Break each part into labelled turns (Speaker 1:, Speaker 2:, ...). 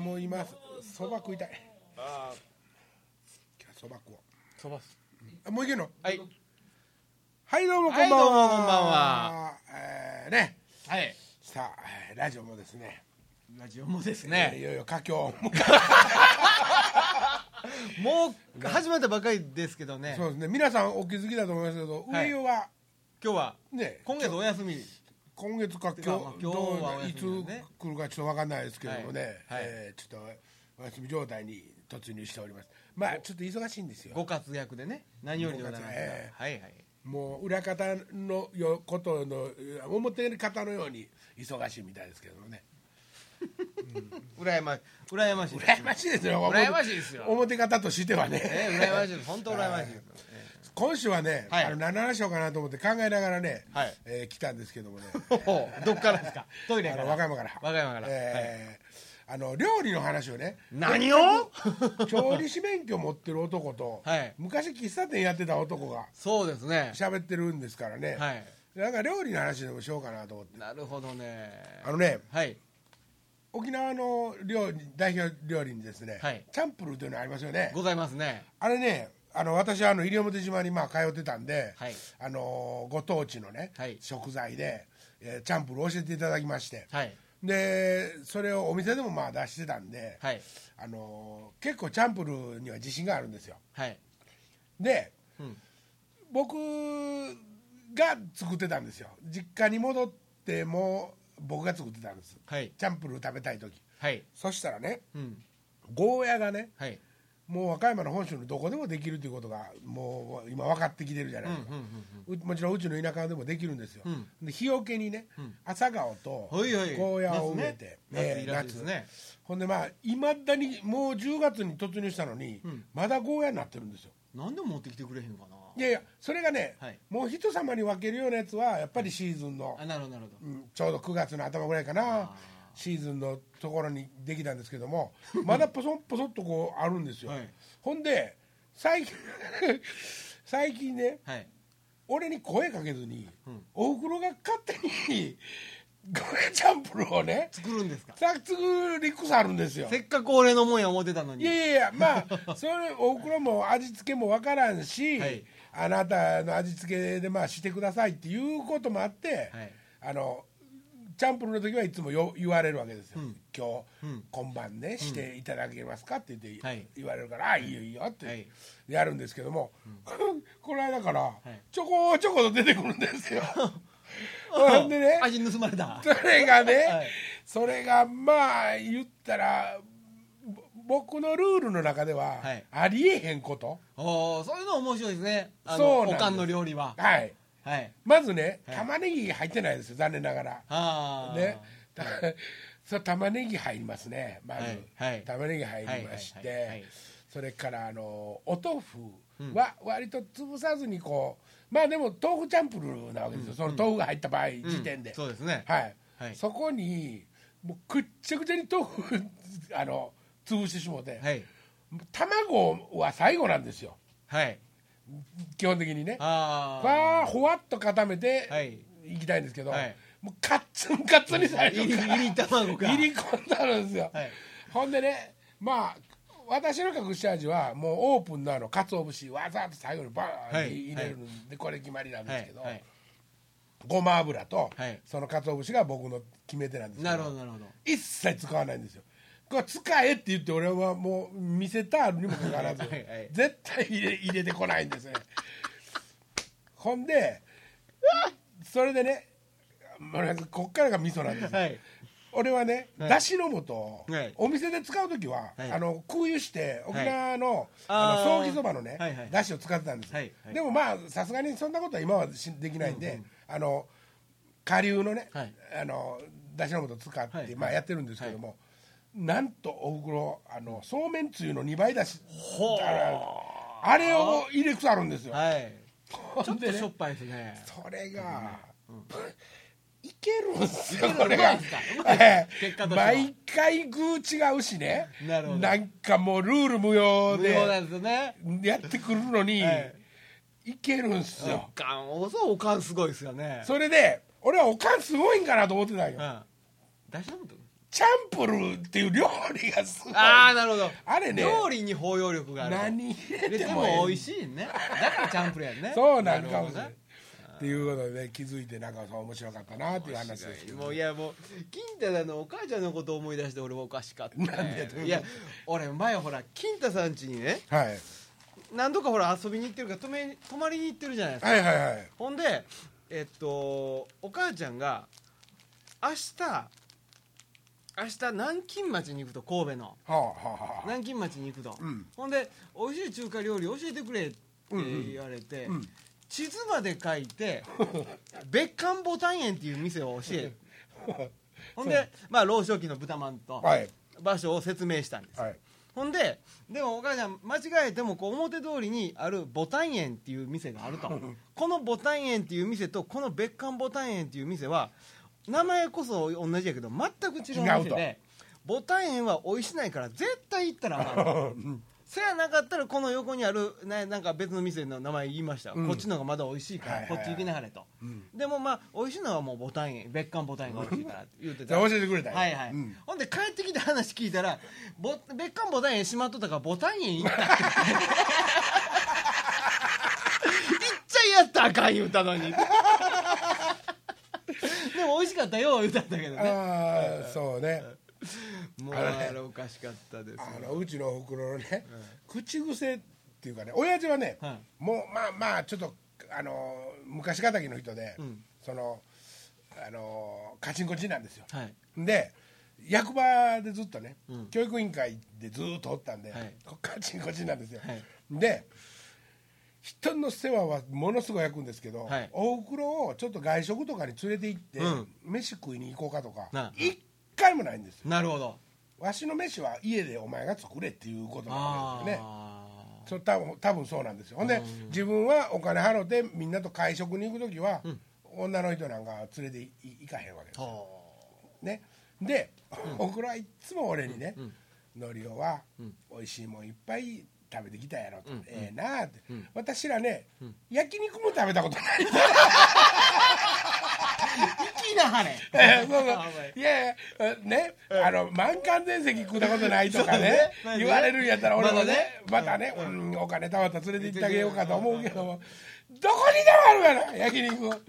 Speaker 1: 今そば食いたい
Speaker 2: ああ
Speaker 1: 今日そば食おう
Speaker 2: そば
Speaker 1: あもういけるの
Speaker 2: はい
Speaker 1: はいどうもこんばんは、
Speaker 2: はいどうもこんばんは
Speaker 1: えーね
Speaker 2: はい
Speaker 1: さあえーラジオもですね
Speaker 2: ラジオもです
Speaker 1: えーい
Speaker 2: ね
Speaker 1: よいよ佳境を迎え
Speaker 2: もう始まったばかりですけどね
Speaker 1: そうですね皆さんお気づきだと思いますけど、
Speaker 2: はい
Speaker 1: 上与は
Speaker 2: 今日は
Speaker 1: ね
Speaker 2: 今月お休み
Speaker 1: 今月か
Speaker 2: て
Speaker 1: 今
Speaker 2: か
Speaker 1: 日
Speaker 2: まあ
Speaker 1: ど
Speaker 2: 今
Speaker 1: う
Speaker 2: 日はお
Speaker 1: いつ
Speaker 2: 休みなんでね
Speaker 1: 来るかちょっと分かんないですけどもね、
Speaker 2: はいはい
Speaker 1: えーちょっとお休み状態に突入しておりますまあちょっと忙しいんですよ
Speaker 2: ご活躍でね何よりでございます
Speaker 1: ご活躍え
Speaker 2: はいはい
Speaker 1: もう裏方のよことのえー表方のように忙しいみたいですけどもね
Speaker 2: 羨ま羨ましいです
Speaker 1: 羨ましいですよ表
Speaker 2: 羨ましいですよ
Speaker 1: 表方としてはね、
Speaker 2: えー羨ましいです本当羨ましいです
Speaker 1: 今週はね、
Speaker 2: はい
Speaker 1: あの7章かなと思って考えながらね、
Speaker 2: はい
Speaker 1: えー来たんですけどもね
Speaker 2: ほほどっからですかトイレ
Speaker 1: あ
Speaker 2: から
Speaker 1: の和歌山から
Speaker 2: 和歌山から
Speaker 1: えーあの料理の話をね
Speaker 2: 何を
Speaker 1: 調理師免許持ってる男と、
Speaker 2: はい
Speaker 1: 昔喫茶店やってた男が
Speaker 2: そうですね
Speaker 1: 喋ってるんですからね、
Speaker 2: はい
Speaker 1: なんか料理の話でもしようかなと思って
Speaker 2: なるほどね
Speaker 1: あのね
Speaker 2: はい
Speaker 1: 沖縄の料理代表料理にですね、
Speaker 2: はい
Speaker 1: チャンプルーというのありますよね
Speaker 2: ございますね
Speaker 1: あれねあの私はあの西表島にまあ通ってたんで、
Speaker 2: はい
Speaker 1: あのご当地のね、
Speaker 2: はい
Speaker 1: 食材で、えーチャンプルーを教えていただきまして、
Speaker 2: はい
Speaker 1: でそれをお店でもまあ出してたんで、
Speaker 2: はい
Speaker 1: あの結構チャンプルーには自信があるんですよ
Speaker 2: はい
Speaker 1: で、
Speaker 2: うん
Speaker 1: 僕が作ってたんですよ実家に戻っても僕が作ってたんです
Speaker 2: はい
Speaker 1: チャンプルー食べたい時
Speaker 2: はい
Speaker 1: そしたらね
Speaker 2: うん
Speaker 1: ゴーヤがね
Speaker 2: はい
Speaker 1: もう和歌山の本州のどこでもできるということがもう今分かってきてるじゃな
Speaker 2: う
Speaker 1: い
Speaker 2: ん
Speaker 1: で
Speaker 2: うん
Speaker 1: すか、うもちろんうちの田舎でもできるんですよ、
Speaker 2: うん
Speaker 1: で日よけにね、
Speaker 2: ん
Speaker 1: 朝顔とゴ
Speaker 2: はいはい
Speaker 1: ーヤを植えて、
Speaker 2: 夏ね
Speaker 1: え
Speaker 2: 夏
Speaker 1: ー
Speaker 2: いいらしいですね
Speaker 1: 夏ほんでまあいまだにもう10月に突入したのに、
Speaker 2: ん
Speaker 1: まだゴーヤになってるんですよ
Speaker 2: うんなんで持ってきてくれへんかない
Speaker 1: やいやそれがね、
Speaker 2: はい
Speaker 1: もう人様に分けるようなやつはやっぱりシーズンの、
Speaker 2: あなるほどなるほ
Speaker 1: うんちょうど9月の頭ぐらいかな
Speaker 2: あ
Speaker 1: シーズンのところにできたんですけども まだポソンポソッとこうあるんですよ、
Speaker 2: はい
Speaker 1: ほんで最近 最近ね
Speaker 2: どはい
Speaker 1: 俺に声かけずに、
Speaker 2: うん
Speaker 1: おふくろが勝手に ゴーヤチャンプルーをね
Speaker 2: 作るんですか
Speaker 1: さ作りくさあるんですよ
Speaker 2: せっかく俺のもんや思ってたの
Speaker 1: い
Speaker 2: に
Speaker 1: やいやいやまあそれおふくろも味付けもわからんし、
Speaker 2: はい
Speaker 1: あなたの味付けでまあしてくださいっていうこともあって、
Speaker 2: はい
Speaker 1: あのチャンプルーの時はいつもよ言われるわけですよ、
Speaker 2: うん
Speaker 1: 今日、
Speaker 2: うん
Speaker 1: 今晩ねしていただけますかって言って、
Speaker 2: はい
Speaker 1: 言われるから「あいいよいいよ」っ
Speaker 2: は
Speaker 1: て
Speaker 2: い
Speaker 1: やるんですけども、 この間から
Speaker 2: い
Speaker 1: ちょこちょこと出てくるんです よ。ほんでね
Speaker 2: 味盗ま れた
Speaker 1: それがね、
Speaker 2: はい
Speaker 1: それがまあ言ったらぼ僕のルールの中では
Speaker 2: はい
Speaker 1: ありえへんこと
Speaker 2: おーそういうの面白いですねあの
Speaker 1: そうなんで
Speaker 2: お
Speaker 1: す
Speaker 2: かんの料理は
Speaker 1: はい、
Speaker 2: はい
Speaker 1: まずね
Speaker 2: はい
Speaker 1: 玉ねぎ入ってないですよ残念ながら
Speaker 2: ああ
Speaker 1: ねたそう玉ねぎ入りますねまず、
Speaker 2: はいはい
Speaker 1: 玉ねぎ入りまして、
Speaker 2: はいはいはいはい
Speaker 1: それからあのお豆腐は割と潰さずにこうまあでも豆腐チャンプルーなわけですよ、その豆腐が入った場合時点で、
Speaker 2: そうですね
Speaker 1: はい、
Speaker 2: はい
Speaker 1: そこにもうくっちゃくちゃに豆腐あの潰してしもうて、
Speaker 2: はい
Speaker 1: 卵は最後なんですよ
Speaker 2: はい
Speaker 1: 基本的にね
Speaker 2: ああ
Speaker 1: わーほわっと固めて
Speaker 2: はい
Speaker 1: いきたいんですけど、
Speaker 2: はい
Speaker 1: もうカッツンカッツンに最
Speaker 2: いり
Speaker 1: 初から
Speaker 2: いり卵か
Speaker 1: 入り込んだるんですよ、
Speaker 2: はい
Speaker 1: ほんでねまあ私の隠し味はもうオープンなのかつお節わざと最後にバーンって入れるんで、これ決まりなん
Speaker 2: は
Speaker 1: ですけ
Speaker 2: い
Speaker 1: ど、
Speaker 2: はい
Speaker 1: ごま油と、
Speaker 2: はい
Speaker 1: その鰹節が僕の決め手なんですけ
Speaker 2: なるほどなるほど
Speaker 1: 一切使わないんですよこれ使えって言って俺はもう見せたあるにもかかわらず
Speaker 2: はいはい
Speaker 1: 絶対入れ入れてこないんですねほんでそれでねまあこっからが味噌なんですよ、
Speaker 2: はい
Speaker 1: 俺はね、
Speaker 2: はい
Speaker 1: だしの素を
Speaker 2: はい
Speaker 1: お店で使う時は、
Speaker 2: はい
Speaker 1: あの空輸して沖縄の,、
Speaker 2: あ
Speaker 1: あ
Speaker 2: ー
Speaker 1: のソーキそばのね、
Speaker 2: はいはい
Speaker 1: だしを使ってたんですよ、
Speaker 2: はいはい
Speaker 1: でもまあさすがにそんなことは今はしできないんで、あの下流のね、
Speaker 2: はい
Speaker 1: あのだしの素使って、
Speaker 2: はい
Speaker 1: まあ、やってるんですけども、なんとおふくろあのそうめんつゆの2倍だし
Speaker 2: ほう
Speaker 1: あれあれを入れくさあるんですよ、
Speaker 2: はいち
Speaker 1: ほ
Speaker 2: ょ
Speaker 1: ん
Speaker 2: っ
Speaker 1: でね
Speaker 2: としょっぱいですね
Speaker 1: それが、いけるんすよ、これ
Speaker 2: うま
Speaker 1: が
Speaker 2: いんすか。
Speaker 1: ええ
Speaker 2: 結果としては
Speaker 1: 毎回具違うしね
Speaker 2: なるほど
Speaker 1: んかもうルール無用
Speaker 2: 無料な
Speaker 1: で
Speaker 2: んですよね
Speaker 1: やってくるのに、、
Speaker 2: はい
Speaker 1: けるんすよ
Speaker 2: お。かんおそうおかんすごいですよね
Speaker 1: それで、俺はおかんすごいんかなと思ってたんよ。
Speaker 2: うん大丈夫
Speaker 1: チャンプルっていう料理がすごい
Speaker 2: ああなるほど
Speaker 1: あれね
Speaker 2: 料理に包容力がある
Speaker 1: 何入
Speaker 2: 入
Speaker 1: れ
Speaker 2: れ
Speaker 1: て
Speaker 2: て
Speaker 1: も
Speaker 2: も
Speaker 1: え
Speaker 2: 美
Speaker 1: え
Speaker 2: 味しいねだからチャンプルやんね
Speaker 1: そうなんかもしれ
Speaker 2: な
Speaker 1: ない
Speaker 2: るほど
Speaker 1: っていうことでね気づいてなんかそう面白かったなっていう話ですけど
Speaker 2: もういやもう金太さんのお母ちゃんのことを思い出して俺もおかしかった、
Speaker 1: なんでどういうこと
Speaker 2: いや俺前ほら金太さん家にね
Speaker 1: はい
Speaker 2: 何度かほら遊びに行ってるから泊め泊まりに行ってるじゃないですか、
Speaker 1: はいはいはい
Speaker 2: ほんでえっとお母ちゃんが明日明日南京町に行くと神戸の
Speaker 1: はあはあはあ
Speaker 2: 南京町に行くと、
Speaker 1: うん
Speaker 2: ほんで美味しい中華料理教えてくれって言われて、
Speaker 1: うんうんうん
Speaker 2: 地図まで書 いて別館ボタン園っていう店を教えほんで、まあ、老少期の豚まんと
Speaker 1: はい
Speaker 2: 場所を説明したんです、
Speaker 1: はい
Speaker 2: ほんででもお母ちゃん間違えてもこう表通りにあるボタン園っていう店があるとこのボタン園っていう店とこの別館ボタン園っていう店は名前こそ同じやけど全く違う
Speaker 1: 違う
Speaker 2: 店
Speaker 1: と
Speaker 2: でボタン園は美味しないから絶対行ったらあかん
Speaker 1: うん
Speaker 2: せやなかったらこの横にあるななんか別の店の名前言いました、
Speaker 1: うん
Speaker 2: こっちの方がまだ美味しいから、
Speaker 1: はいはいはい
Speaker 2: こっち行きなはれと、
Speaker 1: ん
Speaker 2: でもまあ美味しいのはもうボタン園別館ボタン園が美味しいからって言ってた
Speaker 1: じゃあ教えてくれたんや
Speaker 2: はいはい、
Speaker 1: うん
Speaker 2: ほんで帰ってきて話聞いたらぼ別館ボタン園しまっ とったからボタン園行ったって行っちゃいやったらあかん言うたのにでも美味しかったよ言うたんだけどね
Speaker 1: ああそうね
Speaker 2: もう
Speaker 1: あれね
Speaker 2: あれおかしかったですよ
Speaker 1: あのうちのおふくろのね、口癖っていうかね親父はね、
Speaker 2: はい
Speaker 1: もうまあまあちょっとあの昔敵の人で、
Speaker 2: ん
Speaker 1: そのあのカチンコチンなんですよ、
Speaker 2: はい
Speaker 1: で役場でずっとね、
Speaker 2: うん
Speaker 1: 教育委員会でずっとおったんで、
Speaker 2: はい
Speaker 1: こカチンコチンなんですよ、
Speaker 2: はい
Speaker 1: で人の世話はものすごい焼くんですけど、
Speaker 2: はい
Speaker 1: おふくろをちょっと外食とかに連れて行って、
Speaker 2: うん
Speaker 1: 飯食いに行こうかとか
Speaker 2: な
Speaker 1: 一回もないんですよ
Speaker 2: なるほど
Speaker 1: わしの飯は家でお前が作れっていうことなんですよね
Speaker 2: あー
Speaker 1: それ多分多分そうなんですよほんで、自分はお金払ってみんなと会食に行く時は、女の人なんか連れてい行かへんわけですよねで、おふくろはいっつも俺にね「のりおは美味しいもんいっぱい食べてきたやろ」ってええな」って、私らね、焼肉も食べたことな い」
Speaker 2: きなはれ
Speaker 1: えーそうそういやいやえーねあの満館全席食ったことないとかね
Speaker 2: そうね
Speaker 1: 言われるんやったら俺もねま
Speaker 2: ま
Speaker 1: た
Speaker 2: だ
Speaker 1: ねうんお金たまったら連れて行ってあげようかと思うけどもどこにでもあるから焼肉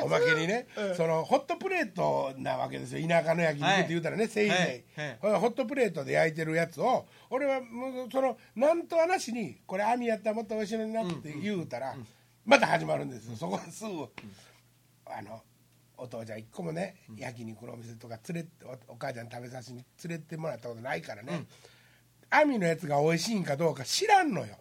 Speaker 1: おまけにねそのホットプレートなわけですよ田舎の焼肉って言うたらねせいぜい
Speaker 2: はい
Speaker 1: ホットプレートで焼いてるやつを俺はもうそのなんと話にこれ網やったらもっと美味しいのになって言うたらまた始まるんですよそこはすぐ。あのお父ちゃん一個もね、焼肉のお店とか連れておお母ちゃん食べさせに連れてもらったことないからね、網のやつが美味しいんかどうか知らんのよ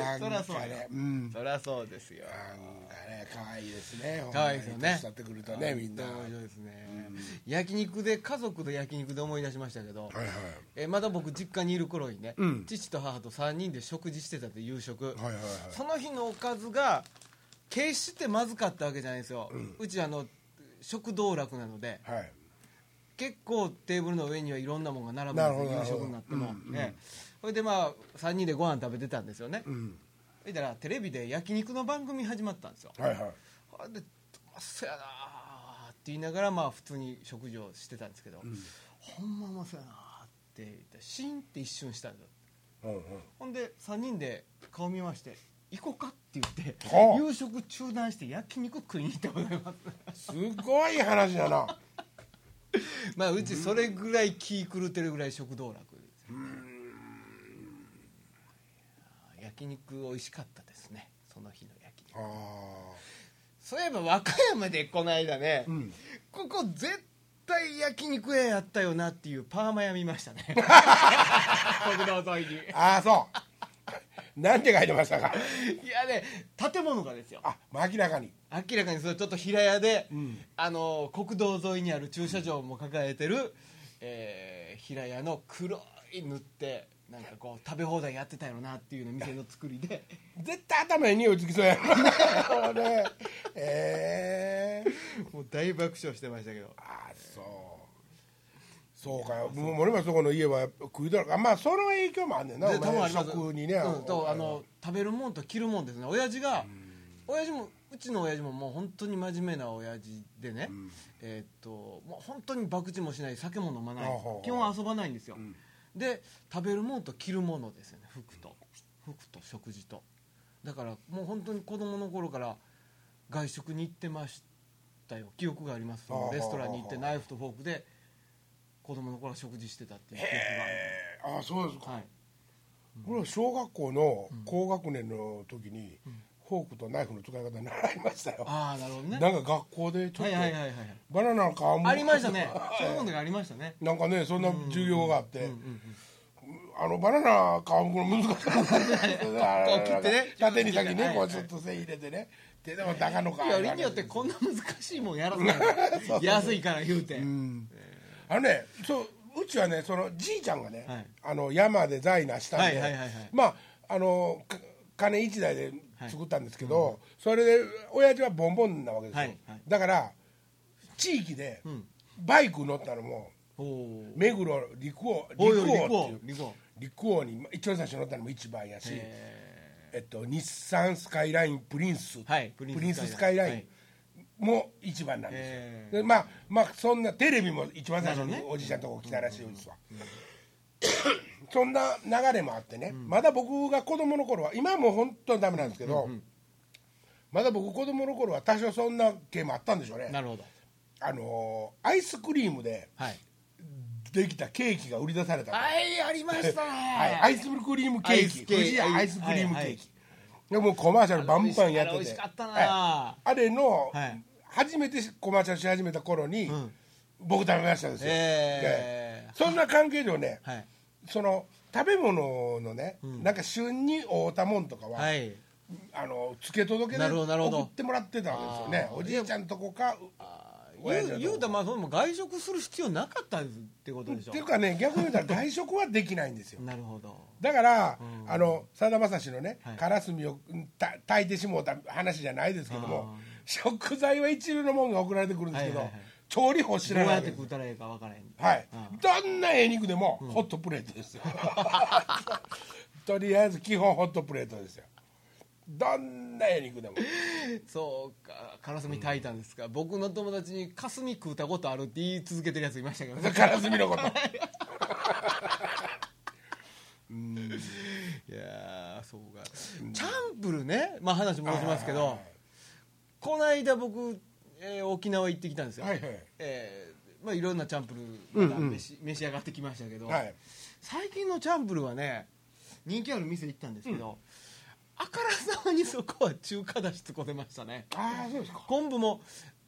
Speaker 1: なん か
Speaker 2: そ
Speaker 1: ね
Speaker 2: らそうや
Speaker 1: うん
Speaker 2: そりゃそうですよ
Speaker 1: なんかね可愛いですね
Speaker 2: 可愛いですよ
Speaker 1: ほ
Speaker 2: ね
Speaker 1: んまに年取ってくるとねみんな、はい
Speaker 2: 面白いですね、焼肉で家族で焼肉で思い出しましたけど、
Speaker 1: はい
Speaker 2: えまだ僕実家にいる頃にね、
Speaker 1: うん
Speaker 2: 父と母と3人で食事してたって夕食、
Speaker 1: はいはいはい
Speaker 2: その日のおかずが決してまずかったわけじゃないんですよ、うちあの食道楽なので
Speaker 1: はい
Speaker 2: 結構テーブルの上にはいろんなものが並ぶんです
Speaker 1: な
Speaker 2: よ
Speaker 1: る
Speaker 2: 夕
Speaker 1: ほど
Speaker 2: 食になっても、ねそれでまあ3人でご飯食べてたんですよね、
Speaker 1: うん
Speaker 2: そしたらテレビで焼肉の番組始まったんですよ、
Speaker 1: はいはい
Speaker 2: あでそやなーって言いながらまあ普通に食事をしてたんですけど、ほんまうまそうやなーって言ってシーンって一瞬したんですよ
Speaker 1: うんうん
Speaker 2: ほんで3人で顔見まして行こうかって言って
Speaker 1: はあ
Speaker 2: 夕食中断して焼肉食いに行ったことあります
Speaker 1: すごい話だな
Speaker 2: まあうちそれぐらい気狂ってるぐらい食道楽ですよねあー焼肉美味しかったですねその日の焼肉
Speaker 1: あ
Speaker 2: そういえば和歌山でこの間ね、
Speaker 1: ん
Speaker 2: ここ絶対焼肉屋やったよなっていうパーマ屋見ました ね国道沿いに
Speaker 1: ーあーそうなんて書いてましたか
Speaker 2: いやね建物がですよ
Speaker 1: あまあ明らかに
Speaker 2: 明らかにそれちょっと平屋で、あの国道沿いにある駐車場も抱えてる、えー平屋の黒い塗ってなんかこう食べ放題やってたよなっていうの店の作りで
Speaker 1: 絶対頭に匂いつきそうやろね ええ
Speaker 2: もう大爆笑してましたけど
Speaker 1: あそうそうかよもう俺もそこの家は食いだらかまあその影響もあんねんな
Speaker 2: で
Speaker 1: お
Speaker 2: 多分あ
Speaker 1: 前
Speaker 2: ります
Speaker 1: 食にね、
Speaker 2: うん、と
Speaker 1: お
Speaker 2: あの食べるもんと着るもんですね親父が、親父もうちの親父ももう本当に真面目な親父でね、えーっともう本当に博打もしない酒も飲まない
Speaker 1: ほうほうほう
Speaker 2: 基本遊ばないんですよ、
Speaker 1: ん
Speaker 2: で食べるものと着るものですよね服と服と食事とだからもう本当に子供の頃から外食に行ってましたよ記憶があります
Speaker 1: ほうほうほう
Speaker 2: レストランに行ってナイフとフォークで子供の頃は食事してたっていう記憶がある
Speaker 1: えーああそうですか、
Speaker 2: はい、
Speaker 1: 俺は小学校の高学年の時に、フォークとナイフの使い方習いましたよ、
Speaker 2: ああなるほどね
Speaker 1: なんか学校でちょっ
Speaker 2: は
Speaker 1: と
Speaker 2: いはいはいはいはい
Speaker 1: バナナの皮も
Speaker 2: ありましたねそういうものがありましたね
Speaker 1: なんかねそんな授業があって、あのバナナ皮むくの難しかった
Speaker 2: こう切ってね
Speaker 1: 縦に先
Speaker 2: は
Speaker 1: ね
Speaker 2: い
Speaker 1: こ
Speaker 2: は
Speaker 1: う
Speaker 2: い
Speaker 1: ちょっと線入れてね手でも中の皮
Speaker 2: よりによってこんな難しいもんやらせ ないから安いから言うて、
Speaker 1: あのねそううちはねそのじいちゃんがね、
Speaker 2: はい
Speaker 1: あの山で財なしたんで、
Speaker 2: はいはいはいはい
Speaker 1: まああのか金一台で作ったんですけど、それで親父はボンボンなわけですよ、
Speaker 2: はいはい
Speaker 1: だから地域で
Speaker 2: ん
Speaker 1: バイク乗ったのも
Speaker 2: おお
Speaker 1: 目黒陸王陸
Speaker 2: お
Speaker 1: 王
Speaker 2: いおい
Speaker 1: っ
Speaker 2: リ
Speaker 1: ていう
Speaker 2: コリコ
Speaker 1: 陸王に一番最初に乗ったのも一番やし、
Speaker 2: え
Speaker 1: えっと、日産スカイラインプリンス、
Speaker 2: はい
Speaker 1: プ
Speaker 2: プ
Speaker 1: リ
Speaker 2: リン
Speaker 1: ン
Speaker 2: ス
Speaker 1: ススカイライン
Speaker 2: はい
Speaker 1: も一番なんですよ、
Speaker 2: へー
Speaker 1: でまあまあそんなテレビも一番最初に
Speaker 2: なるほどね
Speaker 1: おじいちゃんのとこ来たらしいですわ、 そんな流れもあってね、まだ僕が子供の頃は今はもう本当にダメなんですけど、まだ僕子供の頃は多少そんな系もあったんでしょうね
Speaker 2: ーなるほど
Speaker 1: あのーアイスクリームで
Speaker 2: はい
Speaker 1: できたケーキが売り出されたの
Speaker 2: はいありましたね
Speaker 1: はい、アイスクリームケ
Speaker 2: ア
Speaker 1: ー
Speaker 2: イス
Speaker 1: キ
Speaker 2: ケ
Speaker 1: 富士屋ア
Speaker 2: ア
Speaker 1: イ
Speaker 2: イ
Speaker 1: ス
Speaker 2: ス
Speaker 1: クリームケ
Speaker 2: はい
Speaker 1: ー
Speaker 2: はい
Speaker 1: キでもうコマーシャルバンバンやってて
Speaker 2: あれ美味しかったな
Speaker 1: はいあれの、
Speaker 2: はい
Speaker 1: 初めてコマーシャルし始めた頃に、
Speaker 2: ん
Speaker 1: 僕食べましたですよ、
Speaker 2: へー
Speaker 1: でそんな関係上ね、
Speaker 2: はい
Speaker 1: その食べ物のね、なんか旬に合うたもんとかは、
Speaker 2: はい
Speaker 1: あの付け届けで
Speaker 2: なるほどなるほど
Speaker 1: 送ってもらってたわけですよね
Speaker 2: あー
Speaker 1: おじいちゃんとこか親父の
Speaker 2: 言う
Speaker 1: とこ
Speaker 2: 言うたらまあその外食する必要なかったってことでし
Speaker 1: っ
Speaker 2: ょ
Speaker 1: ていうかね逆に言うたら外食はできないんですよ
Speaker 2: なるほど
Speaker 1: だから、あのさだまさしのね、
Speaker 2: はい
Speaker 1: カラスミをうんた炊いてしもうた話じゃないですけども食材は一流のもんが送られてくるんですけど、
Speaker 2: はいはいはい
Speaker 1: 調理法知
Speaker 2: どう
Speaker 1: らない
Speaker 2: や
Speaker 1: わ
Speaker 2: っ
Speaker 1: け
Speaker 2: て
Speaker 1: です
Speaker 2: 食うたらええか分からへん
Speaker 1: はい
Speaker 2: うん
Speaker 1: どんなええ肉でも、ホットプレートですよ とりあえず基本ホットプレートですよどんなええ肉でも
Speaker 2: そうかカラスミ炊いたんですか、僕の友達にカスミ食うたことあるって言い続けてるやついましたけ どね
Speaker 1: カラスミの こと
Speaker 2: いやーそうかチャンプルね、まあ、話戻しますけどこの間僕、えー沖縄行ってきたんですよ、
Speaker 1: はいはい
Speaker 2: えーまあ、いろんなチャンプルまだ召し,、召し上がってきましたけど、
Speaker 1: はい
Speaker 2: 最近のチャンプルはね人気ある店行ったんですけど、あからさまにそこは中華だしつこてましたね
Speaker 1: ああそうですか
Speaker 2: 昆布も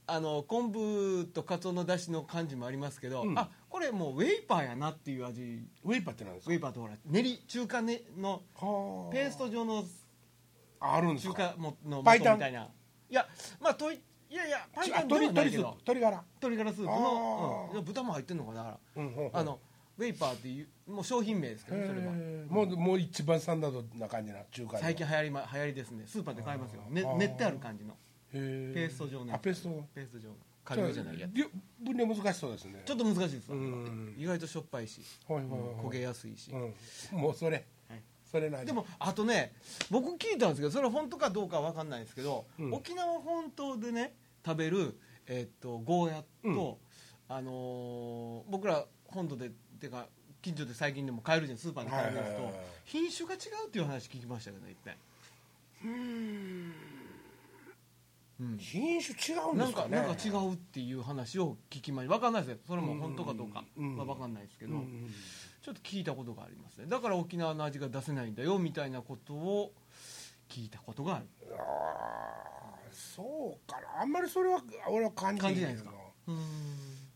Speaker 2: あの昆布とカツオの出汁の感じもありますけど、あこれもうウェイパーやなっていう味
Speaker 1: ウェイパーってなんです
Speaker 2: ウ
Speaker 1: か
Speaker 2: ェイパーとほら練り中華、ね、の
Speaker 1: は
Speaker 2: ペースト状の
Speaker 1: ああるんです
Speaker 2: 中
Speaker 1: か
Speaker 2: 華もの
Speaker 1: 白
Speaker 2: 素
Speaker 1: 湯
Speaker 2: みたいないやまあといいやいやパイタ
Speaker 1: あ
Speaker 2: ンでは
Speaker 1: 鶏
Speaker 2: ない
Speaker 1: 鶏
Speaker 2: け
Speaker 1: スープ
Speaker 2: ど
Speaker 1: 鶏ガラ
Speaker 2: 鶏ガラスープ
Speaker 1: あ
Speaker 2: の
Speaker 1: ー、
Speaker 2: うんいや豚も入ってんのかなあら
Speaker 1: うんほうほう
Speaker 2: あのウェイパーっていうもう商品名ですけどねそれは
Speaker 1: へーもうもう一番スタンダードな感じな中華では
Speaker 2: 最近流行り,、ま、流行りですねスーパーで買えますよ、ね
Speaker 1: あー、
Speaker 2: 練ってある感じの
Speaker 1: ペ
Speaker 2: ペースト状のや
Speaker 1: あ
Speaker 2: つ
Speaker 1: ペースト
Speaker 2: ペースト状のカリオじゃないや
Speaker 1: りょ分量難しそうですね
Speaker 2: ちょっと難しいです、
Speaker 1: ん
Speaker 2: 意外としょっぱいし
Speaker 1: はいはい
Speaker 2: 焦げやすいし、
Speaker 1: はいうんもうそれ
Speaker 2: はい
Speaker 1: それない
Speaker 2: でもあとね僕聞いたんですけどそれは本当かどうかは分かんないですけど、
Speaker 1: ん
Speaker 2: 沖縄本島でね食べる、えっとゴーヤと、あのー僕ら本土でっていうか近所で最近でも買えるじゃんスーパーで買えるや
Speaker 1: はい
Speaker 2: つ
Speaker 1: はい
Speaker 2: と
Speaker 1: はいはい
Speaker 2: 品種が違うっていう話聞きましたけど一遍
Speaker 1: 品種違うんで
Speaker 2: なん
Speaker 1: す
Speaker 2: か
Speaker 1: かね
Speaker 2: なんか違うっていう話を聞きました分かんないですよそれも本当かどうか
Speaker 1: うん
Speaker 2: は分かんないですけど、
Speaker 1: うん
Speaker 2: ちょっと聞いたことがありますねだから沖縄の味が出せないんだよみたいなことを聞いたことがある
Speaker 1: あーそうかなあんまりそれは俺は感じ
Speaker 2: 感じないですか
Speaker 1: けど
Speaker 2: うーん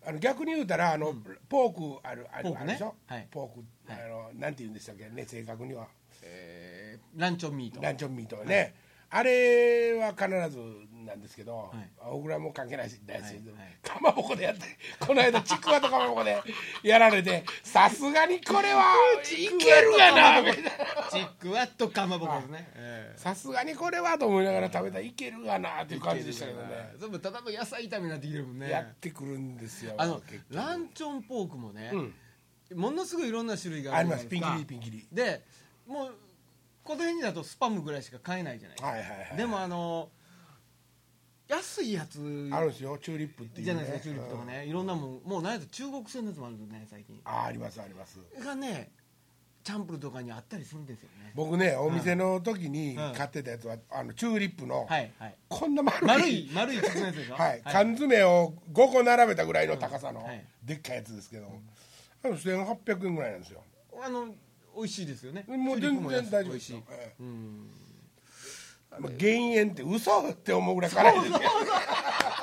Speaker 1: あの逆に言うたらあのポークあるある
Speaker 2: ポー
Speaker 1: あ
Speaker 2: クね
Speaker 1: るでしょ
Speaker 2: はい
Speaker 1: ポークあのなんて言うんでしたっけね正確には
Speaker 2: えーランチョンミート
Speaker 1: ランチョンミートはね、あれは必ずなんですけど、
Speaker 2: い
Speaker 1: 僕らも関係ないし大好きです
Speaker 2: はいはい
Speaker 1: かまぼこでやってこの間ちくわとかまぼこでやられてさすがにこれはいけるがなみたいな
Speaker 2: チクワとかまぼこですね、え
Speaker 1: さすがにこれはと思いながら食べたらいけるがなっていう
Speaker 2: ー
Speaker 1: 感じでしたけどね
Speaker 2: 全部ただの野菜炒めになってきてるもん
Speaker 1: や
Speaker 2: ね
Speaker 1: ってくるんですよ
Speaker 2: あの
Speaker 1: 結局
Speaker 2: ランチョンポークもね、ものすごいいろんな種類が
Speaker 1: あ
Speaker 2: あ
Speaker 1: り
Speaker 2: るじゃ
Speaker 1: ま
Speaker 2: な
Speaker 1: す
Speaker 2: い
Speaker 1: ピ
Speaker 2: で
Speaker 1: ンキリ
Speaker 2: すか
Speaker 1: ピンキリ
Speaker 2: でもうこの辺だとスパムぐらいしか買えないじゃないですか
Speaker 1: はいはいはい
Speaker 2: でもあの安いやつ
Speaker 1: あるんですよチューリップっていう、ね、
Speaker 2: じゃないですかチューリップとかね、いろんなもんもうないと中国製のやつもあるんね最近
Speaker 1: うんあありますあります
Speaker 2: がねチャンプルとかにあったりするんですよね
Speaker 1: 僕ねお店の時に買ってたやつは、あのチューリップの、
Speaker 2: はい はい
Speaker 1: こんな丸い
Speaker 2: 丸い丸い筒のやつでしょ
Speaker 1: はい、缶詰を5個並べたぐらいの高さの、
Speaker 2: うんはい
Speaker 1: でっかいやつですけど、あの1800円ぐらいなんですよ
Speaker 2: あの美味しいですよね
Speaker 1: もう全然大丈夫
Speaker 2: 美
Speaker 1: で
Speaker 2: 味
Speaker 1: す
Speaker 2: しい
Speaker 1: よ、ええ
Speaker 2: うん
Speaker 1: まあ、減塩って嘘って思うぐらい辛いですよ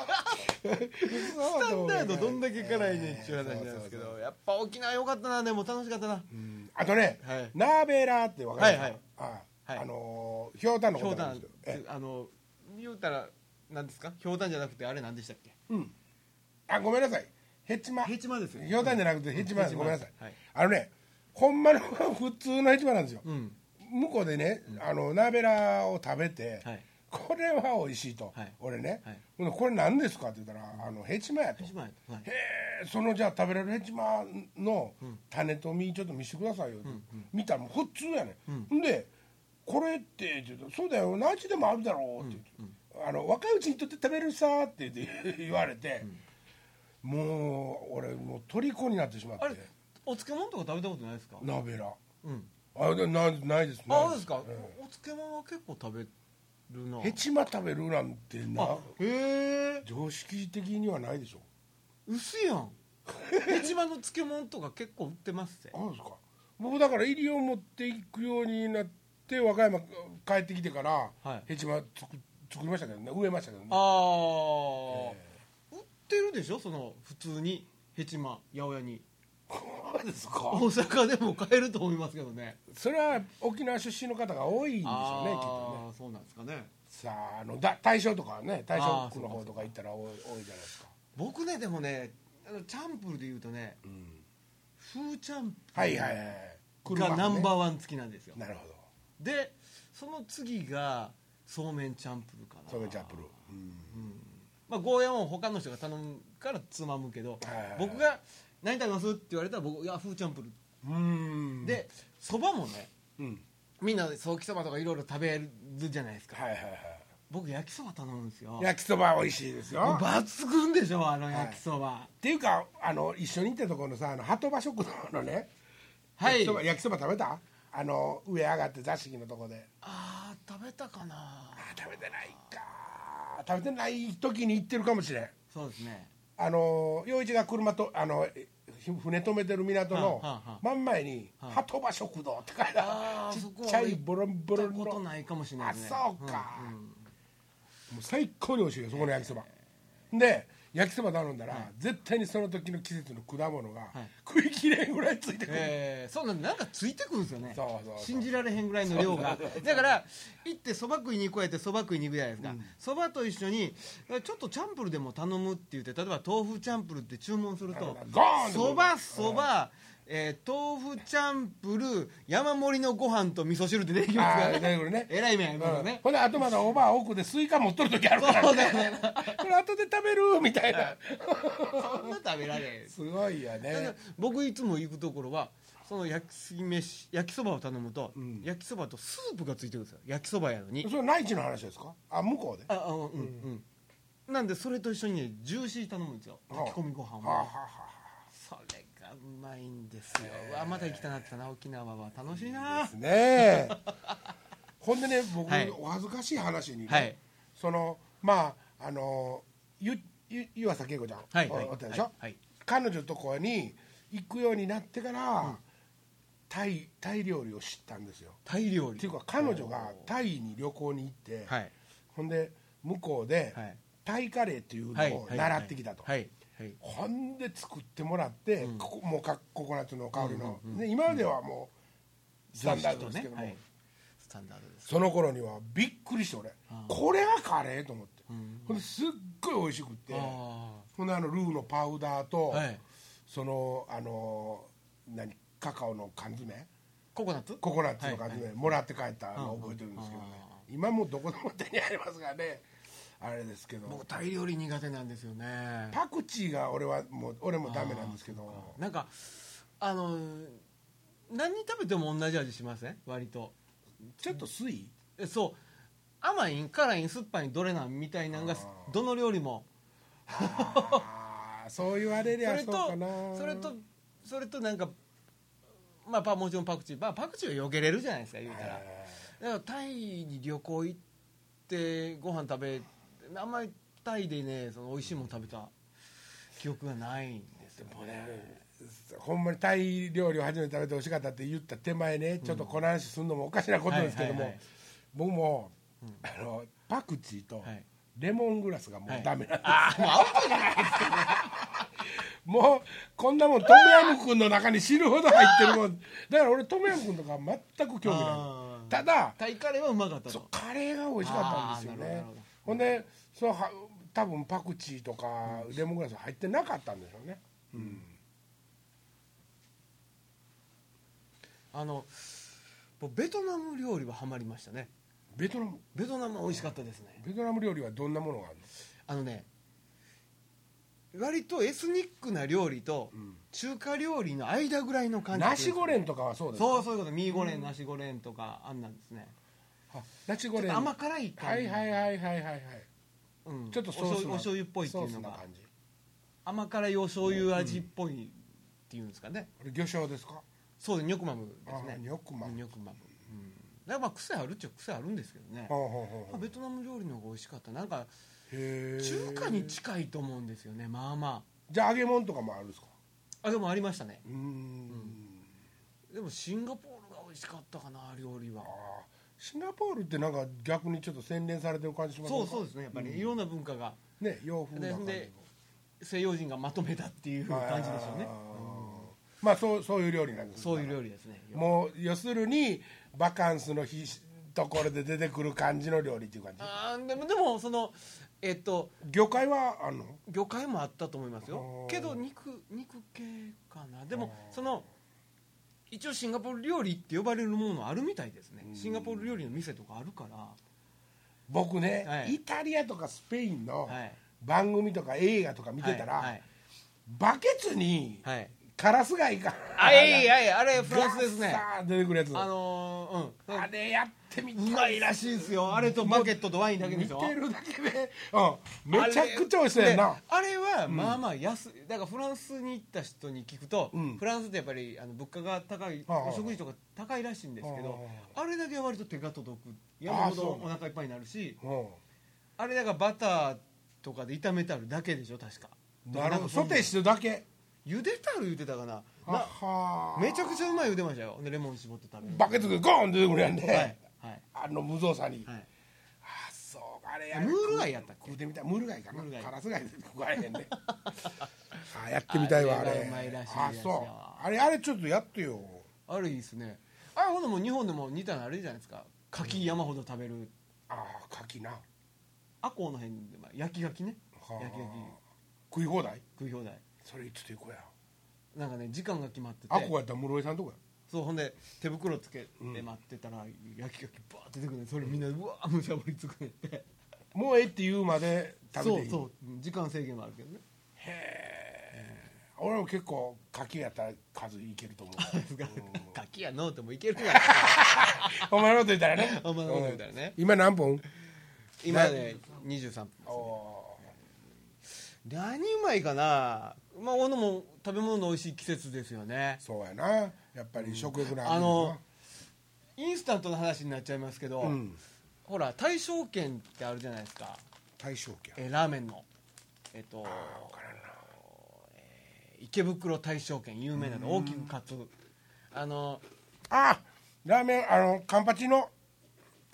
Speaker 2: スタ
Speaker 1: ス
Speaker 2: ンダードどんだけ辛いねっていう話なんですけどやっぱ沖縄良かったなでも楽しかったな
Speaker 1: あとね、
Speaker 2: はい
Speaker 1: ナーベラーってわかりますか、あ
Speaker 2: はい
Speaker 1: あのーひょうたんの
Speaker 2: ひ
Speaker 1: こ
Speaker 2: ょ
Speaker 1: と
Speaker 2: う
Speaker 1: な
Speaker 2: た
Speaker 1: んです
Speaker 2: ん
Speaker 1: けど、ええ
Speaker 2: あの言うたら何ですかひょうたんじゃなくてあれ何でしたっけ
Speaker 1: うん、あごめんなさいヘチマ
Speaker 2: ヘチマですよ
Speaker 1: ひょうたんじゃなくてヘチマです、
Speaker 2: うん
Speaker 1: ごめんなさい、
Speaker 2: はい
Speaker 1: あのねほんまの普通のヘチマなんですよ、
Speaker 2: うん
Speaker 1: 向こうでね、あのナーベラーを食べて、
Speaker 2: はい
Speaker 1: これは美味しいと、
Speaker 2: はい
Speaker 1: 俺ね、
Speaker 2: はい
Speaker 1: ほんでこれ何ですかって言ったら、あのヘチマやと
Speaker 2: 一枚はい
Speaker 1: へえそのじゃあ食べられるヘチマの種と実ちょっと見せてくださいよって、見たらもう普通やね、んで「これって」って言うとそうだよ何時でもあるだろう」って言って、あの若いうちにとって食べるさ」って言って 言われて、もう俺もう虜になってしまって
Speaker 2: あれお漬物とか食べたことないですか
Speaker 1: 鍋ら
Speaker 2: うん
Speaker 1: あでなないですね
Speaker 2: あそうですかお漬物は結構食べるな
Speaker 1: ヘチマ食べるなんてな
Speaker 2: あへえ
Speaker 1: 常識的にはないでしょ
Speaker 2: 薄い やんヘチマの漬物とか結構売ってますぜ
Speaker 1: あそうですか僕だから入りを持っていくようになって和歌山帰ってきてから、
Speaker 2: はい
Speaker 1: ヘチマ作作りましたけどね植えましたけどね
Speaker 2: ああ、売ってるでしょその普通にヘチマ八百屋に
Speaker 1: そうです
Speaker 2: 大
Speaker 1: か
Speaker 2: 阪でも買えると思いますけどね
Speaker 1: それは沖縄出身の方が多いんでしょうねきっとね
Speaker 2: ああそうなんですかね
Speaker 1: さああのだ大正とかね大正
Speaker 2: あー
Speaker 1: 区の方とか行ったら多い多いじゃないですか
Speaker 2: 僕ねでもねあのチャンプルで言うとね、風チャン
Speaker 1: はいはいはい
Speaker 2: プルがナンバー
Speaker 1: ー
Speaker 2: ワン付きなんですよ、
Speaker 1: なるほど
Speaker 2: でその次がそうめんチャンプルかな
Speaker 1: ソメチャップル、うん
Speaker 2: まあ、ゴーヤーも他の人が頼むからつまむけど、
Speaker 1: はい
Speaker 2: 僕が「何食べます?」って言われたら僕「いや風チャンプル」
Speaker 1: うん
Speaker 2: でそばもね
Speaker 1: うん
Speaker 2: みんなソーキそばとかいろいろ食べるじゃないですか
Speaker 1: はいはいはい
Speaker 2: 僕焼きそば頼むんですよ
Speaker 1: 焼きそば美味しいですよ
Speaker 2: もう抜群でしょあの焼きそばは
Speaker 1: っていうかあの一緒に行ったところのさあの鳩場食堂のね、焼
Speaker 2: い、
Speaker 1: きそば焼きそば食べたあの上上がって座敷のとこで
Speaker 2: ああ食べたかな
Speaker 1: あ食べてないか食べてない時に行ってるかもしれん
Speaker 2: そうですね
Speaker 1: あの陽一が車とあのえひ船止めてる港
Speaker 2: はあはあは
Speaker 1: の
Speaker 2: あ
Speaker 1: 真ん前に「
Speaker 2: はあ
Speaker 1: 鳩場食堂」って書いてあ
Speaker 2: あ
Speaker 1: るち
Speaker 2: ーそこ
Speaker 1: っ
Speaker 2: は
Speaker 1: ちゃいボロンボ
Speaker 2: 行
Speaker 1: ロ
Speaker 2: っ
Speaker 1: ン
Speaker 2: たこと
Speaker 1: のも
Speaker 2: ないかもしれないですね
Speaker 1: あそうか
Speaker 2: んん
Speaker 1: う最高に美味しいよそこの焼きそばで焼きそば頼んだら、絶対にその時の季節の果物が、
Speaker 2: い
Speaker 1: 食いきれんぐらいついてくる、
Speaker 2: えーそうなんなんかついてくるんですよね
Speaker 1: そうそうそう
Speaker 2: 信じられへんぐらいの量がだから行ってそば食いに行こうやってそば食いに行くじゃないですかそば、蕎麦と一緒にちょっとチャンプルでも頼むって言って例えば豆腐チャンプルって注文すると
Speaker 1: ゴーンって
Speaker 2: そばそば、えー豆腐チャンプル山盛りのご飯と味噌汁ってできます
Speaker 1: あ
Speaker 2: か
Speaker 1: あ
Speaker 2: らね
Speaker 1: 出てくるね
Speaker 2: えらい目ありますよね、
Speaker 1: ほんであとまだおばあ奥でスイカ持っとる時あるから、ね、
Speaker 2: そうだよね
Speaker 1: これ後で食べるみたいな
Speaker 2: そんな食べられへん
Speaker 1: すごいよ
Speaker 2: ただ
Speaker 1: ね
Speaker 2: 僕いつも行くところはその焼き飯焼きそばを頼むと、焼きそばとスープがついてくるんですよ焼きそばやのに
Speaker 1: それ内地の話ですかあ向こうで
Speaker 2: ああうんうん、なんでそれと一緒にねジューシー頼むんですよ炊き込みご飯
Speaker 1: はあはあ
Speaker 2: も
Speaker 1: は
Speaker 2: それがうまいんですようわまた行きたなったな沖縄は楽しい
Speaker 1: あ
Speaker 2: な
Speaker 1: です ねほんでね僕、
Speaker 2: はい
Speaker 1: お恥ずかしい話にね、
Speaker 2: はい
Speaker 1: そのまああのゆゆ湯浅恵子ちゃん、
Speaker 2: はい
Speaker 1: お
Speaker 2: はい
Speaker 1: おったでしょ、
Speaker 2: はいはい
Speaker 1: 彼女とこに行くようになってから、タイタイ料理を知ったんですよ
Speaker 2: タイ料理
Speaker 1: っていうか彼女がタイに旅行に行って、
Speaker 2: はい
Speaker 1: ほんで向こうで、
Speaker 2: はい
Speaker 1: タイカレーっていうのを習ってきたと、
Speaker 2: はいはい
Speaker 1: ほんで作ってもらって、ここもうかココナッツの香りの、ね今まではもうスタンダードですけども、
Speaker 2: はいスタンダードです
Speaker 1: その頃にはびっくりして俺、これがカレーと思って、ほんですっごい美味しくって
Speaker 2: あ
Speaker 1: ほんであのルーのパウダーと、
Speaker 2: はい
Speaker 1: そのあの何カカオの缶詰、
Speaker 2: ココナッツ
Speaker 1: ココナッツの感
Speaker 2: はい
Speaker 1: じ
Speaker 2: はい
Speaker 1: でもらって帰ったのを覚えてるんですけどね今もうどこでも手に入りますがねあれですけど
Speaker 2: 僕タイ料理苦手なんですよね
Speaker 1: パクチーが俺はもう俺もダメなんですけど
Speaker 2: なんかあの何食べても同じ味しません割と
Speaker 1: ちょっと酸い
Speaker 2: えそう甘いん辛いん酸っぱいんどれなんみたいなんが
Speaker 1: あ
Speaker 2: どの料理も
Speaker 1: あーそう言われ
Speaker 2: そ
Speaker 1: りゃ
Speaker 2: れ
Speaker 1: そう
Speaker 2: と
Speaker 1: かな
Speaker 2: それとそれとなんかまあパもちろんパクチー、まあ、パクチーは避けれるじゃないですか言うたら。
Speaker 1: え
Speaker 2: だからタイに旅行行ってご飯食べあんまりタイでねその美味しいもの食べた記憶がないんですよ
Speaker 1: ーもう
Speaker 2: ね
Speaker 1: ねほんまにタイ料理を初めて食べて美味しかったって言った手前ねちょっとこの話するのもおかしなことですけども、
Speaker 2: はいはいはい
Speaker 1: 僕もあのパクチーと
Speaker 2: はい
Speaker 1: レモングラスがも
Speaker 2: は
Speaker 1: う
Speaker 2: い
Speaker 1: ダメなんです、
Speaker 2: あーもうアウトじゃない
Speaker 1: もうこんなもんトムヤムクンの中に死ぬほど入ってるもんだから俺トムヤムクンとか全く興味
Speaker 2: あ
Speaker 1: ない
Speaker 2: ー
Speaker 1: ただ
Speaker 2: タイカレーはうまかった
Speaker 1: そう
Speaker 2: と
Speaker 1: カレーが美味しかったんですよ
Speaker 2: あーなる
Speaker 1: ね
Speaker 2: ほどなる
Speaker 1: ほんでそうは多分パクチーとかレモングラス入ってなかったんでしょうね、うん
Speaker 2: あのもうベトナム料理はハマりましたね
Speaker 1: ベトナム
Speaker 2: ベトナムは美味しかったですね
Speaker 1: ベトナム料理はどんなものがあるんです
Speaker 2: あのね割とエスニックな料理と中華料理の間ぐらいの
Speaker 1: か
Speaker 2: 感じ
Speaker 1: ナシゴレンとかはそうですか
Speaker 2: そうそういうことミーゴレンナシゴレンとかあんなんですね
Speaker 1: あナシ
Speaker 2: ち
Speaker 1: ゴ
Speaker 2: ょっ
Speaker 1: レン
Speaker 2: と甘
Speaker 1: は
Speaker 2: 辛い
Speaker 1: い
Speaker 2: 感
Speaker 1: は
Speaker 2: じ
Speaker 1: いはいはいはいはい
Speaker 2: うん
Speaker 1: ちょっとソース
Speaker 2: お
Speaker 1: な
Speaker 2: 醤油お醤油っぽいってい
Speaker 1: ソ
Speaker 2: う
Speaker 1: ー
Speaker 2: の
Speaker 1: スな
Speaker 2: が
Speaker 1: 感じ
Speaker 2: 甘辛いお醤油味っぽいっていうんですかね、
Speaker 1: これ魚醤ですか
Speaker 2: そうニョクマムです
Speaker 1: あ
Speaker 2: ね
Speaker 1: ニョクマム
Speaker 2: ニョクマム、うん、だからまあ癖あるっちゃ癖あるんですけどね、
Speaker 1: ほうほうほう
Speaker 2: まあ、ベトナム料理の方が美味しかったなんか
Speaker 1: へえ
Speaker 2: 中華に近いと思うんですよねまあま
Speaker 1: じゃあ揚げ物とかもあるんですか
Speaker 2: ああでもありましたね
Speaker 1: うーん
Speaker 2: でもシンガポールが美味しかったかな料理は
Speaker 1: ああシンガポールってなんか逆にちょっと洗練されてる感じします
Speaker 2: そうそうですねやっぱり、いろんな文化が
Speaker 1: ね洋風な感じの
Speaker 2: で西洋人がまとめたっていう
Speaker 1: はい
Speaker 2: 感じでしょうね
Speaker 1: あーまあそうそういう料理なんです
Speaker 2: そういう料理ですね
Speaker 1: もう要するにバカンスの日ところで出てくる感じの料理っていう感じ
Speaker 2: あーでもでもそのえっと
Speaker 1: 魚介はあんの
Speaker 2: 魚介もあったと思います
Speaker 1: お
Speaker 2: よ
Speaker 1: ー
Speaker 2: けど肉肉系かなでも
Speaker 1: おー
Speaker 2: その一応シンガポール料理って呼ばれるものあるみたいですねシンガポール料理の店とかあるから
Speaker 1: 僕ね、
Speaker 2: はい
Speaker 1: イタリアとかスペインの
Speaker 2: はい
Speaker 1: 番組とか映画とか見てたら、
Speaker 2: はい
Speaker 1: バケツに
Speaker 2: はいはい
Speaker 1: カラスがいか
Speaker 2: あいいはいあれフ
Speaker 1: ガ
Speaker 2: ラ
Speaker 1: ッ
Speaker 2: ンスですね
Speaker 1: サー出てくるやつ
Speaker 2: あ
Speaker 1: あ
Speaker 2: のーうん
Speaker 1: れやってみた
Speaker 2: うまいらしいですよあれとバゲットとワインだけで
Speaker 1: 見
Speaker 2: しょ
Speaker 1: てるだけで、うん、めちゃくちゃ美味しそうやんな
Speaker 2: であれはまあまあ安い、だからフランスに行った人に聞くと、
Speaker 1: うん
Speaker 2: フランスってやっぱりあの物価が高い、
Speaker 1: ああ
Speaker 2: お食事とか高いらしいんですけどあれだけは割と手が届く山
Speaker 1: ああ
Speaker 2: ほ
Speaker 1: そう
Speaker 2: どお腹いっぱいになるし
Speaker 1: うん
Speaker 2: あれだからバターとかで炒めてあるだけでしょ確か
Speaker 1: なるほ
Speaker 2: ん
Speaker 1: ど
Speaker 2: か
Speaker 1: ソ
Speaker 2: そんな
Speaker 1: テーしてるだけ
Speaker 2: 茹でたる言うてたかなな
Speaker 1: あはー
Speaker 2: めちゃくちゃうまい茹でましたよでレモン絞って食べる
Speaker 1: バケツでゴーン出てくるやんね、
Speaker 2: はいはい
Speaker 1: あの無造作に、
Speaker 2: はい
Speaker 1: あそうあれ
Speaker 2: ムール貝やったっけ
Speaker 1: 食うてみたいムール貝かな
Speaker 2: ムール貝
Speaker 1: カラス貝食われへんねあやってみたいわあれ
Speaker 2: あれがうまいらしいですよ
Speaker 1: あそうあれあれちょっとやってよ
Speaker 2: あれいいですねあれほんでもう日本でも似たのあれじゃないですか柿山ほど食べる、
Speaker 1: ああ牡蠣なは
Speaker 2: アコウの辺で、まあ、焼きガキね
Speaker 1: あ
Speaker 2: 焼きガキ
Speaker 1: 食い放題
Speaker 2: 食い放題
Speaker 1: それいつと行こうや
Speaker 2: なんかね時間が決まってて
Speaker 1: あここやったら室井さんとこや
Speaker 2: そうほんで手袋つけて待ってたら、焼きガキバーって出てくるねそれみんなうわーむしゃぶりつくねって
Speaker 1: もうええって言うまで食べていい
Speaker 2: そうそううん時間制限はあるけどね
Speaker 1: 俺も結構牡蠣やったら数いけると思う
Speaker 2: ガキやのうてもいけるや
Speaker 1: お前のこと言ったらね
Speaker 2: ん お前のこと言うたらね
Speaker 1: 今何本
Speaker 2: 今ね23分
Speaker 1: おお
Speaker 2: 何うまいかなまあ俺のも食べ物の美味しい季節ですよね
Speaker 1: ーそうやなやっぱり食欲の秋やな
Speaker 2: あのインスタントの話になっちゃいますけど、
Speaker 1: うん
Speaker 2: ほら大正券ってあるじゃないですか
Speaker 1: 大正期や
Speaker 2: えーラーメンのえっと
Speaker 1: わからんな
Speaker 2: 池袋大正券有名なの大きくかつあの
Speaker 1: あラーメンあのカンパチの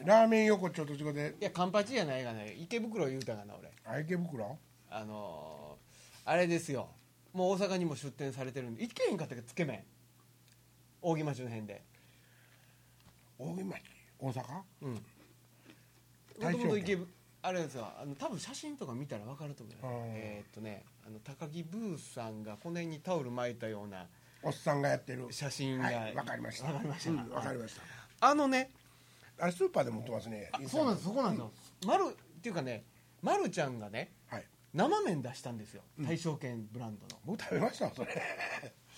Speaker 1: ラーメン横丁と違って
Speaker 2: いやカンパチじゃないがね池袋言うたがな俺
Speaker 1: あ池袋
Speaker 2: あのーあれですよもう大阪にも出店されてるんで行けへんかったけどつけ麺扇町の辺で
Speaker 1: 大木町大阪
Speaker 2: うんも
Speaker 1: 大正
Speaker 2: と
Speaker 1: 軒
Speaker 2: もと池ぶあれですよあの多分写真とか見たら分かると思うよ
Speaker 1: あー
Speaker 2: えーっとねあの高木ブーさんがこの辺にタオル巻いたような
Speaker 1: おっさんがやってる
Speaker 2: 写真が
Speaker 1: はいわかりました
Speaker 2: わかりました
Speaker 1: うんわかりました
Speaker 2: あのね
Speaker 1: あれスーパーでも売ってますね
Speaker 2: あそうなんですそこなんですよ、まるっていうかねまるちゃんがね
Speaker 1: はい
Speaker 2: 生麺出したんですよ大正圏ブランドの、
Speaker 1: 僕食べましたわそれ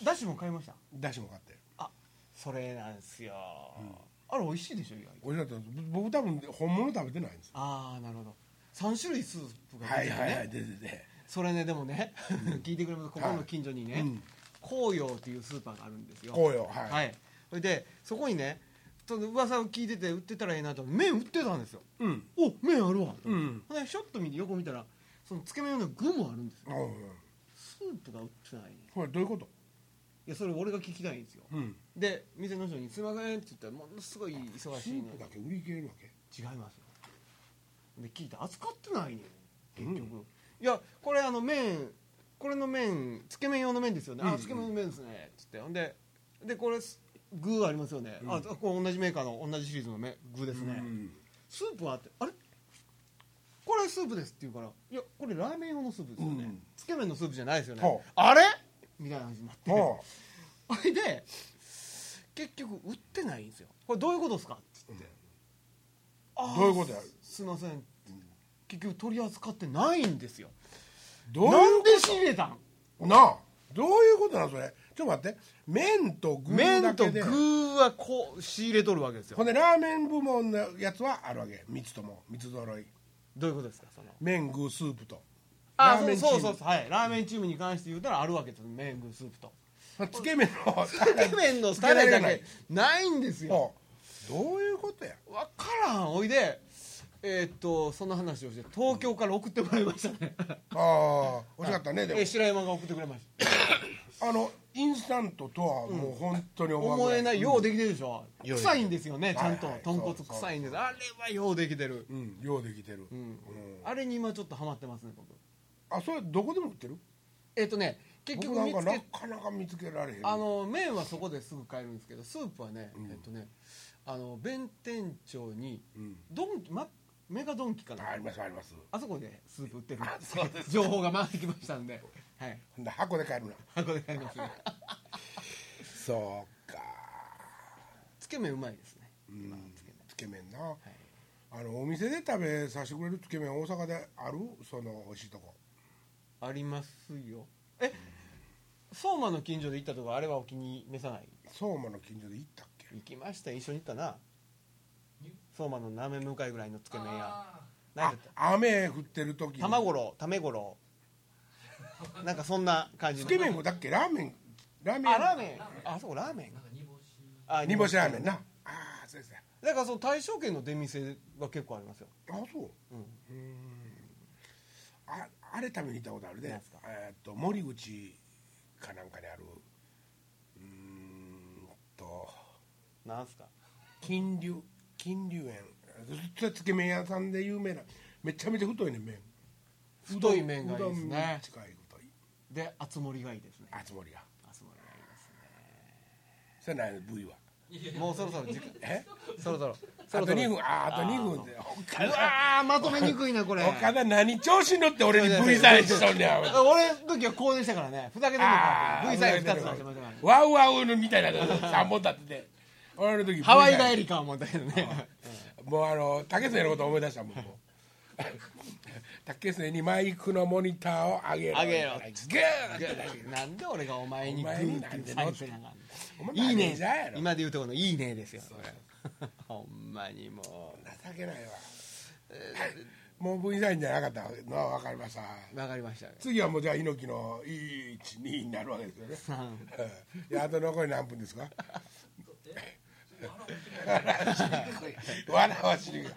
Speaker 2: だしも買いました
Speaker 1: だしも買って
Speaker 2: あそれなんですよ、あれ美味しいでしょ意外と
Speaker 1: おいしかったです僕多分本物食べてないんです
Speaker 2: ああなるほど3種類スープが
Speaker 1: は
Speaker 2: 出
Speaker 1: い
Speaker 2: てるね、
Speaker 1: はいはい出てて
Speaker 2: それねでもね聞いてくれますここの近所にね、
Speaker 1: うん
Speaker 2: 紅葉っていうスーパーがあるんですよ
Speaker 1: 紅葉はい、
Speaker 2: はいそれでそこにねその噂を聞いてて売ってたらええなと思って麺売ってたんですよ
Speaker 1: うん
Speaker 2: お麺あるわ、
Speaker 1: うん
Speaker 2: ほんでひょっと見て横見たらそのつけ麺用の具もあるんですよ
Speaker 1: あうん
Speaker 2: スープが売ってないね
Speaker 1: これどういうこと
Speaker 2: いやそれ俺が聞きたいんですよ
Speaker 1: うん
Speaker 2: で店の人に「すいません」って言ったらものすごい忙
Speaker 1: ス
Speaker 2: しい
Speaker 1: ー
Speaker 2: の
Speaker 1: プ
Speaker 2: に
Speaker 1: だけ売り切れるわけ
Speaker 2: 違いますよで聞いて扱ってないねん結局、いやこれあの麺これの麺つけ麺用の麺ですよね、
Speaker 1: うん
Speaker 2: あつけ麺の麺ですねっつってほんででこれす具ありますよね、あこれ同じメーカーの同じシリーズの麺具ですね、
Speaker 1: うん
Speaker 2: スープはあってあれこれスープですって言うからいやこれラーメン用のスープですよね、
Speaker 1: うん
Speaker 2: つけ麺のスープじゃないですよね、
Speaker 1: ほう
Speaker 2: あれみたいな話にな って
Speaker 1: は
Speaker 2: ほいで結局売ってないんですよこれどういうことですかって言って、あー
Speaker 1: どういうことや
Speaker 2: すいません結局取り扱ってないんですよ
Speaker 1: どう
Speaker 2: なん
Speaker 1: い
Speaker 2: で仕入れたん
Speaker 1: うなあどういうことなんそれちょっと待って麺と具だ
Speaker 2: 麺と
Speaker 1: けで
Speaker 2: 具はこう仕入れとるわけですよ
Speaker 1: ほんでラーメン部門のやつはあるわけ三つとも三つ揃い
Speaker 2: どういうことですかその
Speaker 1: 麺具スープと
Speaker 2: あ
Speaker 1: ラーメン
Speaker 2: そうそう
Speaker 1: チー
Speaker 2: そう
Speaker 1: ム
Speaker 2: そうはいラーメンチームに関して言うたらあるわけですよ麺具スープと
Speaker 1: まあつけ麺の
Speaker 2: つけ麺の
Speaker 1: つ
Speaker 2: ス
Speaker 1: け
Speaker 2: タ
Speaker 1: ら
Speaker 2: レ
Speaker 1: れ
Speaker 2: だ
Speaker 1: ない
Speaker 2: けないんですよ
Speaker 1: ほうどういうことや
Speaker 2: 分からんおいでえーっとその話をして東京から送ってもらいましたね
Speaker 1: ああ惜しかったねでも
Speaker 2: えー白山が送ってくれました
Speaker 1: あのインスタントとはもう本当に
Speaker 2: 思えないようできてるでしょ、
Speaker 1: ようできてる
Speaker 2: 臭いんですよねちゃんと、
Speaker 1: はいはい
Speaker 2: 豚骨
Speaker 1: そうそう
Speaker 2: 臭いんですあれはようできてる、
Speaker 1: うんようできてる、
Speaker 2: うん
Speaker 1: うん
Speaker 2: あれに今ちょっとハマってますね僕
Speaker 1: あそれどこでも売ってる
Speaker 2: えっ、とね結
Speaker 1: 僕
Speaker 2: 局
Speaker 1: なん
Speaker 2: 見
Speaker 1: か
Speaker 2: つ
Speaker 1: な
Speaker 2: け
Speaker 1: かなか見つけられへん
Speaker 2: あの麺はそこですぐ買えるんですけどスープはね、えっとねあの弁天町に
Speaker 1: うん
Speaker 2: ドンキ、ま、メガドンキかな
Speaker 1: あありますあります
Speaker 2: あそこでスープ売ってる 情報が回ってきましたんではい
Speaker 1: ほんで箱で買えるな
Speaker 2: 箱で買います
Speaker 1: そうか
Speaker 2: つけ麺うまいですね
Speaker 1: うんつけ麺な、
Speaker 2: い
Speaker 1: あのお店で食べさせてくれるつけ麺大阪であるその美味しいとこ
Speaker 2: ありますよえ相馬の近所で行ったとこあれはお気に召さない
Speaker 1: 相馬の近所で行ったっけ
Speaker 2: 行きました一緒に行ったな相馬の斜め向かいぐらいのつけ麺屋何
Speaker 1: あ
Speaker 2: だった
Speaker 1: 雨降ってる時に
Speaker 2: 玉五郎ためごろうなんかそんな感じ
Speaker 1: つ
Speaker 2: の
Speaker 1: け麺もだっけラーメンラーメン
Speaker 2: あラーメンあそうラーメンあ
Speaker 1: 煮干しラーメンなああそうですね
Speaker 2: だからその大正圏の出店は結構ありますよ
Speaker 1: あそう
Speaker 2: うん
Speaker 1: ああれ食べに行ったことあるで
Speaker 2: なんすか
Speaker 1: えーっと森口かなんかにあるうーんと
Speaker 2: なんすか
Speaker 1: 金龍金龍園ずっとつけ麺屋さんで有名なめちゃめちゃ太いね麺
Speaker 2: 太い麺がいいですね
Speaker 1: うどんに近い太い
Speaker 2: で厚盛りがいいですね
Speaker 1: 熱盛が
Speaker 2: 厚盛りがいいですね
Speaker 1: それない部位は
Speaker 2: もうそろそろ時間
Speaker 1: え
Speaker 2: そろそろそ
Speaker 1: あと
Speaker 2: ろそろ
Speaker 1: 2分ああと
Speaker 2: ー
Speaker 1: 2分で岡
Speaker 2: う
Speaker 1: 田
Speaker 2: わーまとめにくいなこれ
Speaker 1: 岡田何調子に乗って俺に V サインしとんねんお前
Speaker 2: 俺の時はこうでしたからねふざけてるの
Speaker 1: あ
Speaker 2: か
Speaker 1: あ
Speaker 2: V サイン2つ出してましたから
Speaker 1: ワウワウのみたいなの3本立ってて俺の時 V
Speaker 2: ハワイ
Speaker 1: サイン
Speaker 2: 帰りか思ったけどね
Speaker 1: もうあの竹末のこと思い出したもんもう 竹末にマイクのモニターを上げろ
Speaker 2: 上げろ
Speaker 1: グーッ
Speaker 2: なんで俺がお前にグ
Speaker 1: お前に
Speaker 2: ー
Speaker 1: な
Speaker 2: って
Speaker 1: ん
Speaker 2: い
Speaker 1: で
Speaker 2: うサインせなあかん
Speaker 1: お前
Speaker 2: いい
Speaker 1: マネ
Speaker 2: ね
Speaker 1: ージャーやろ
Speaker 2: 今で言うとこのいいねですよこれほんまにも
Speaker 1: 情けないわもう V サインじゃなかったのは分かりました
Speaker 2: うわかりましたよ
Speaker 1: 次はもうじゃあ猪木の12になるわけですよね
Speaker 2: うん
Speaker 1: うんいやあと残り何分ですか笑わしにくい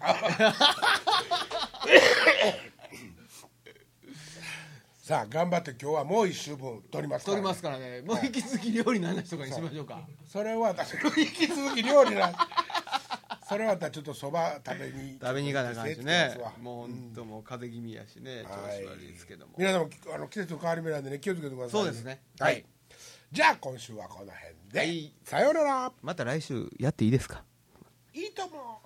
Speaker 1: さあ頑張って今日はもう一週分取りますからね、
Speaker 2: 取りますからねもう引き続き料理の話とかにしましょうか
Speaker 1: それは私引き続き料理なそれはまたちょっとそば食べに
Speaker 2: 食べに行かなあかんし
Speaker 1: ちょっと節約しま
Speaker 2: ね
Speaker 1: すわ
Speaker 2: もう本当もう風邪気味やしね調
Speaker 1: はい
Speaker 2: 子悪いですけども
Speaker 1: 皆さんもあの季節の変わり目なんでね気をつけてください、
Speaker 2: そうですね
Speaker 1: はい、
Speaker 2: はい
Speaker 1: じゃあ今週はこの辺で、
Speaker 2: はい
Speaker 1: さようなら
Speaker 2: また来週やっていいですか
Speaker 1: いいとも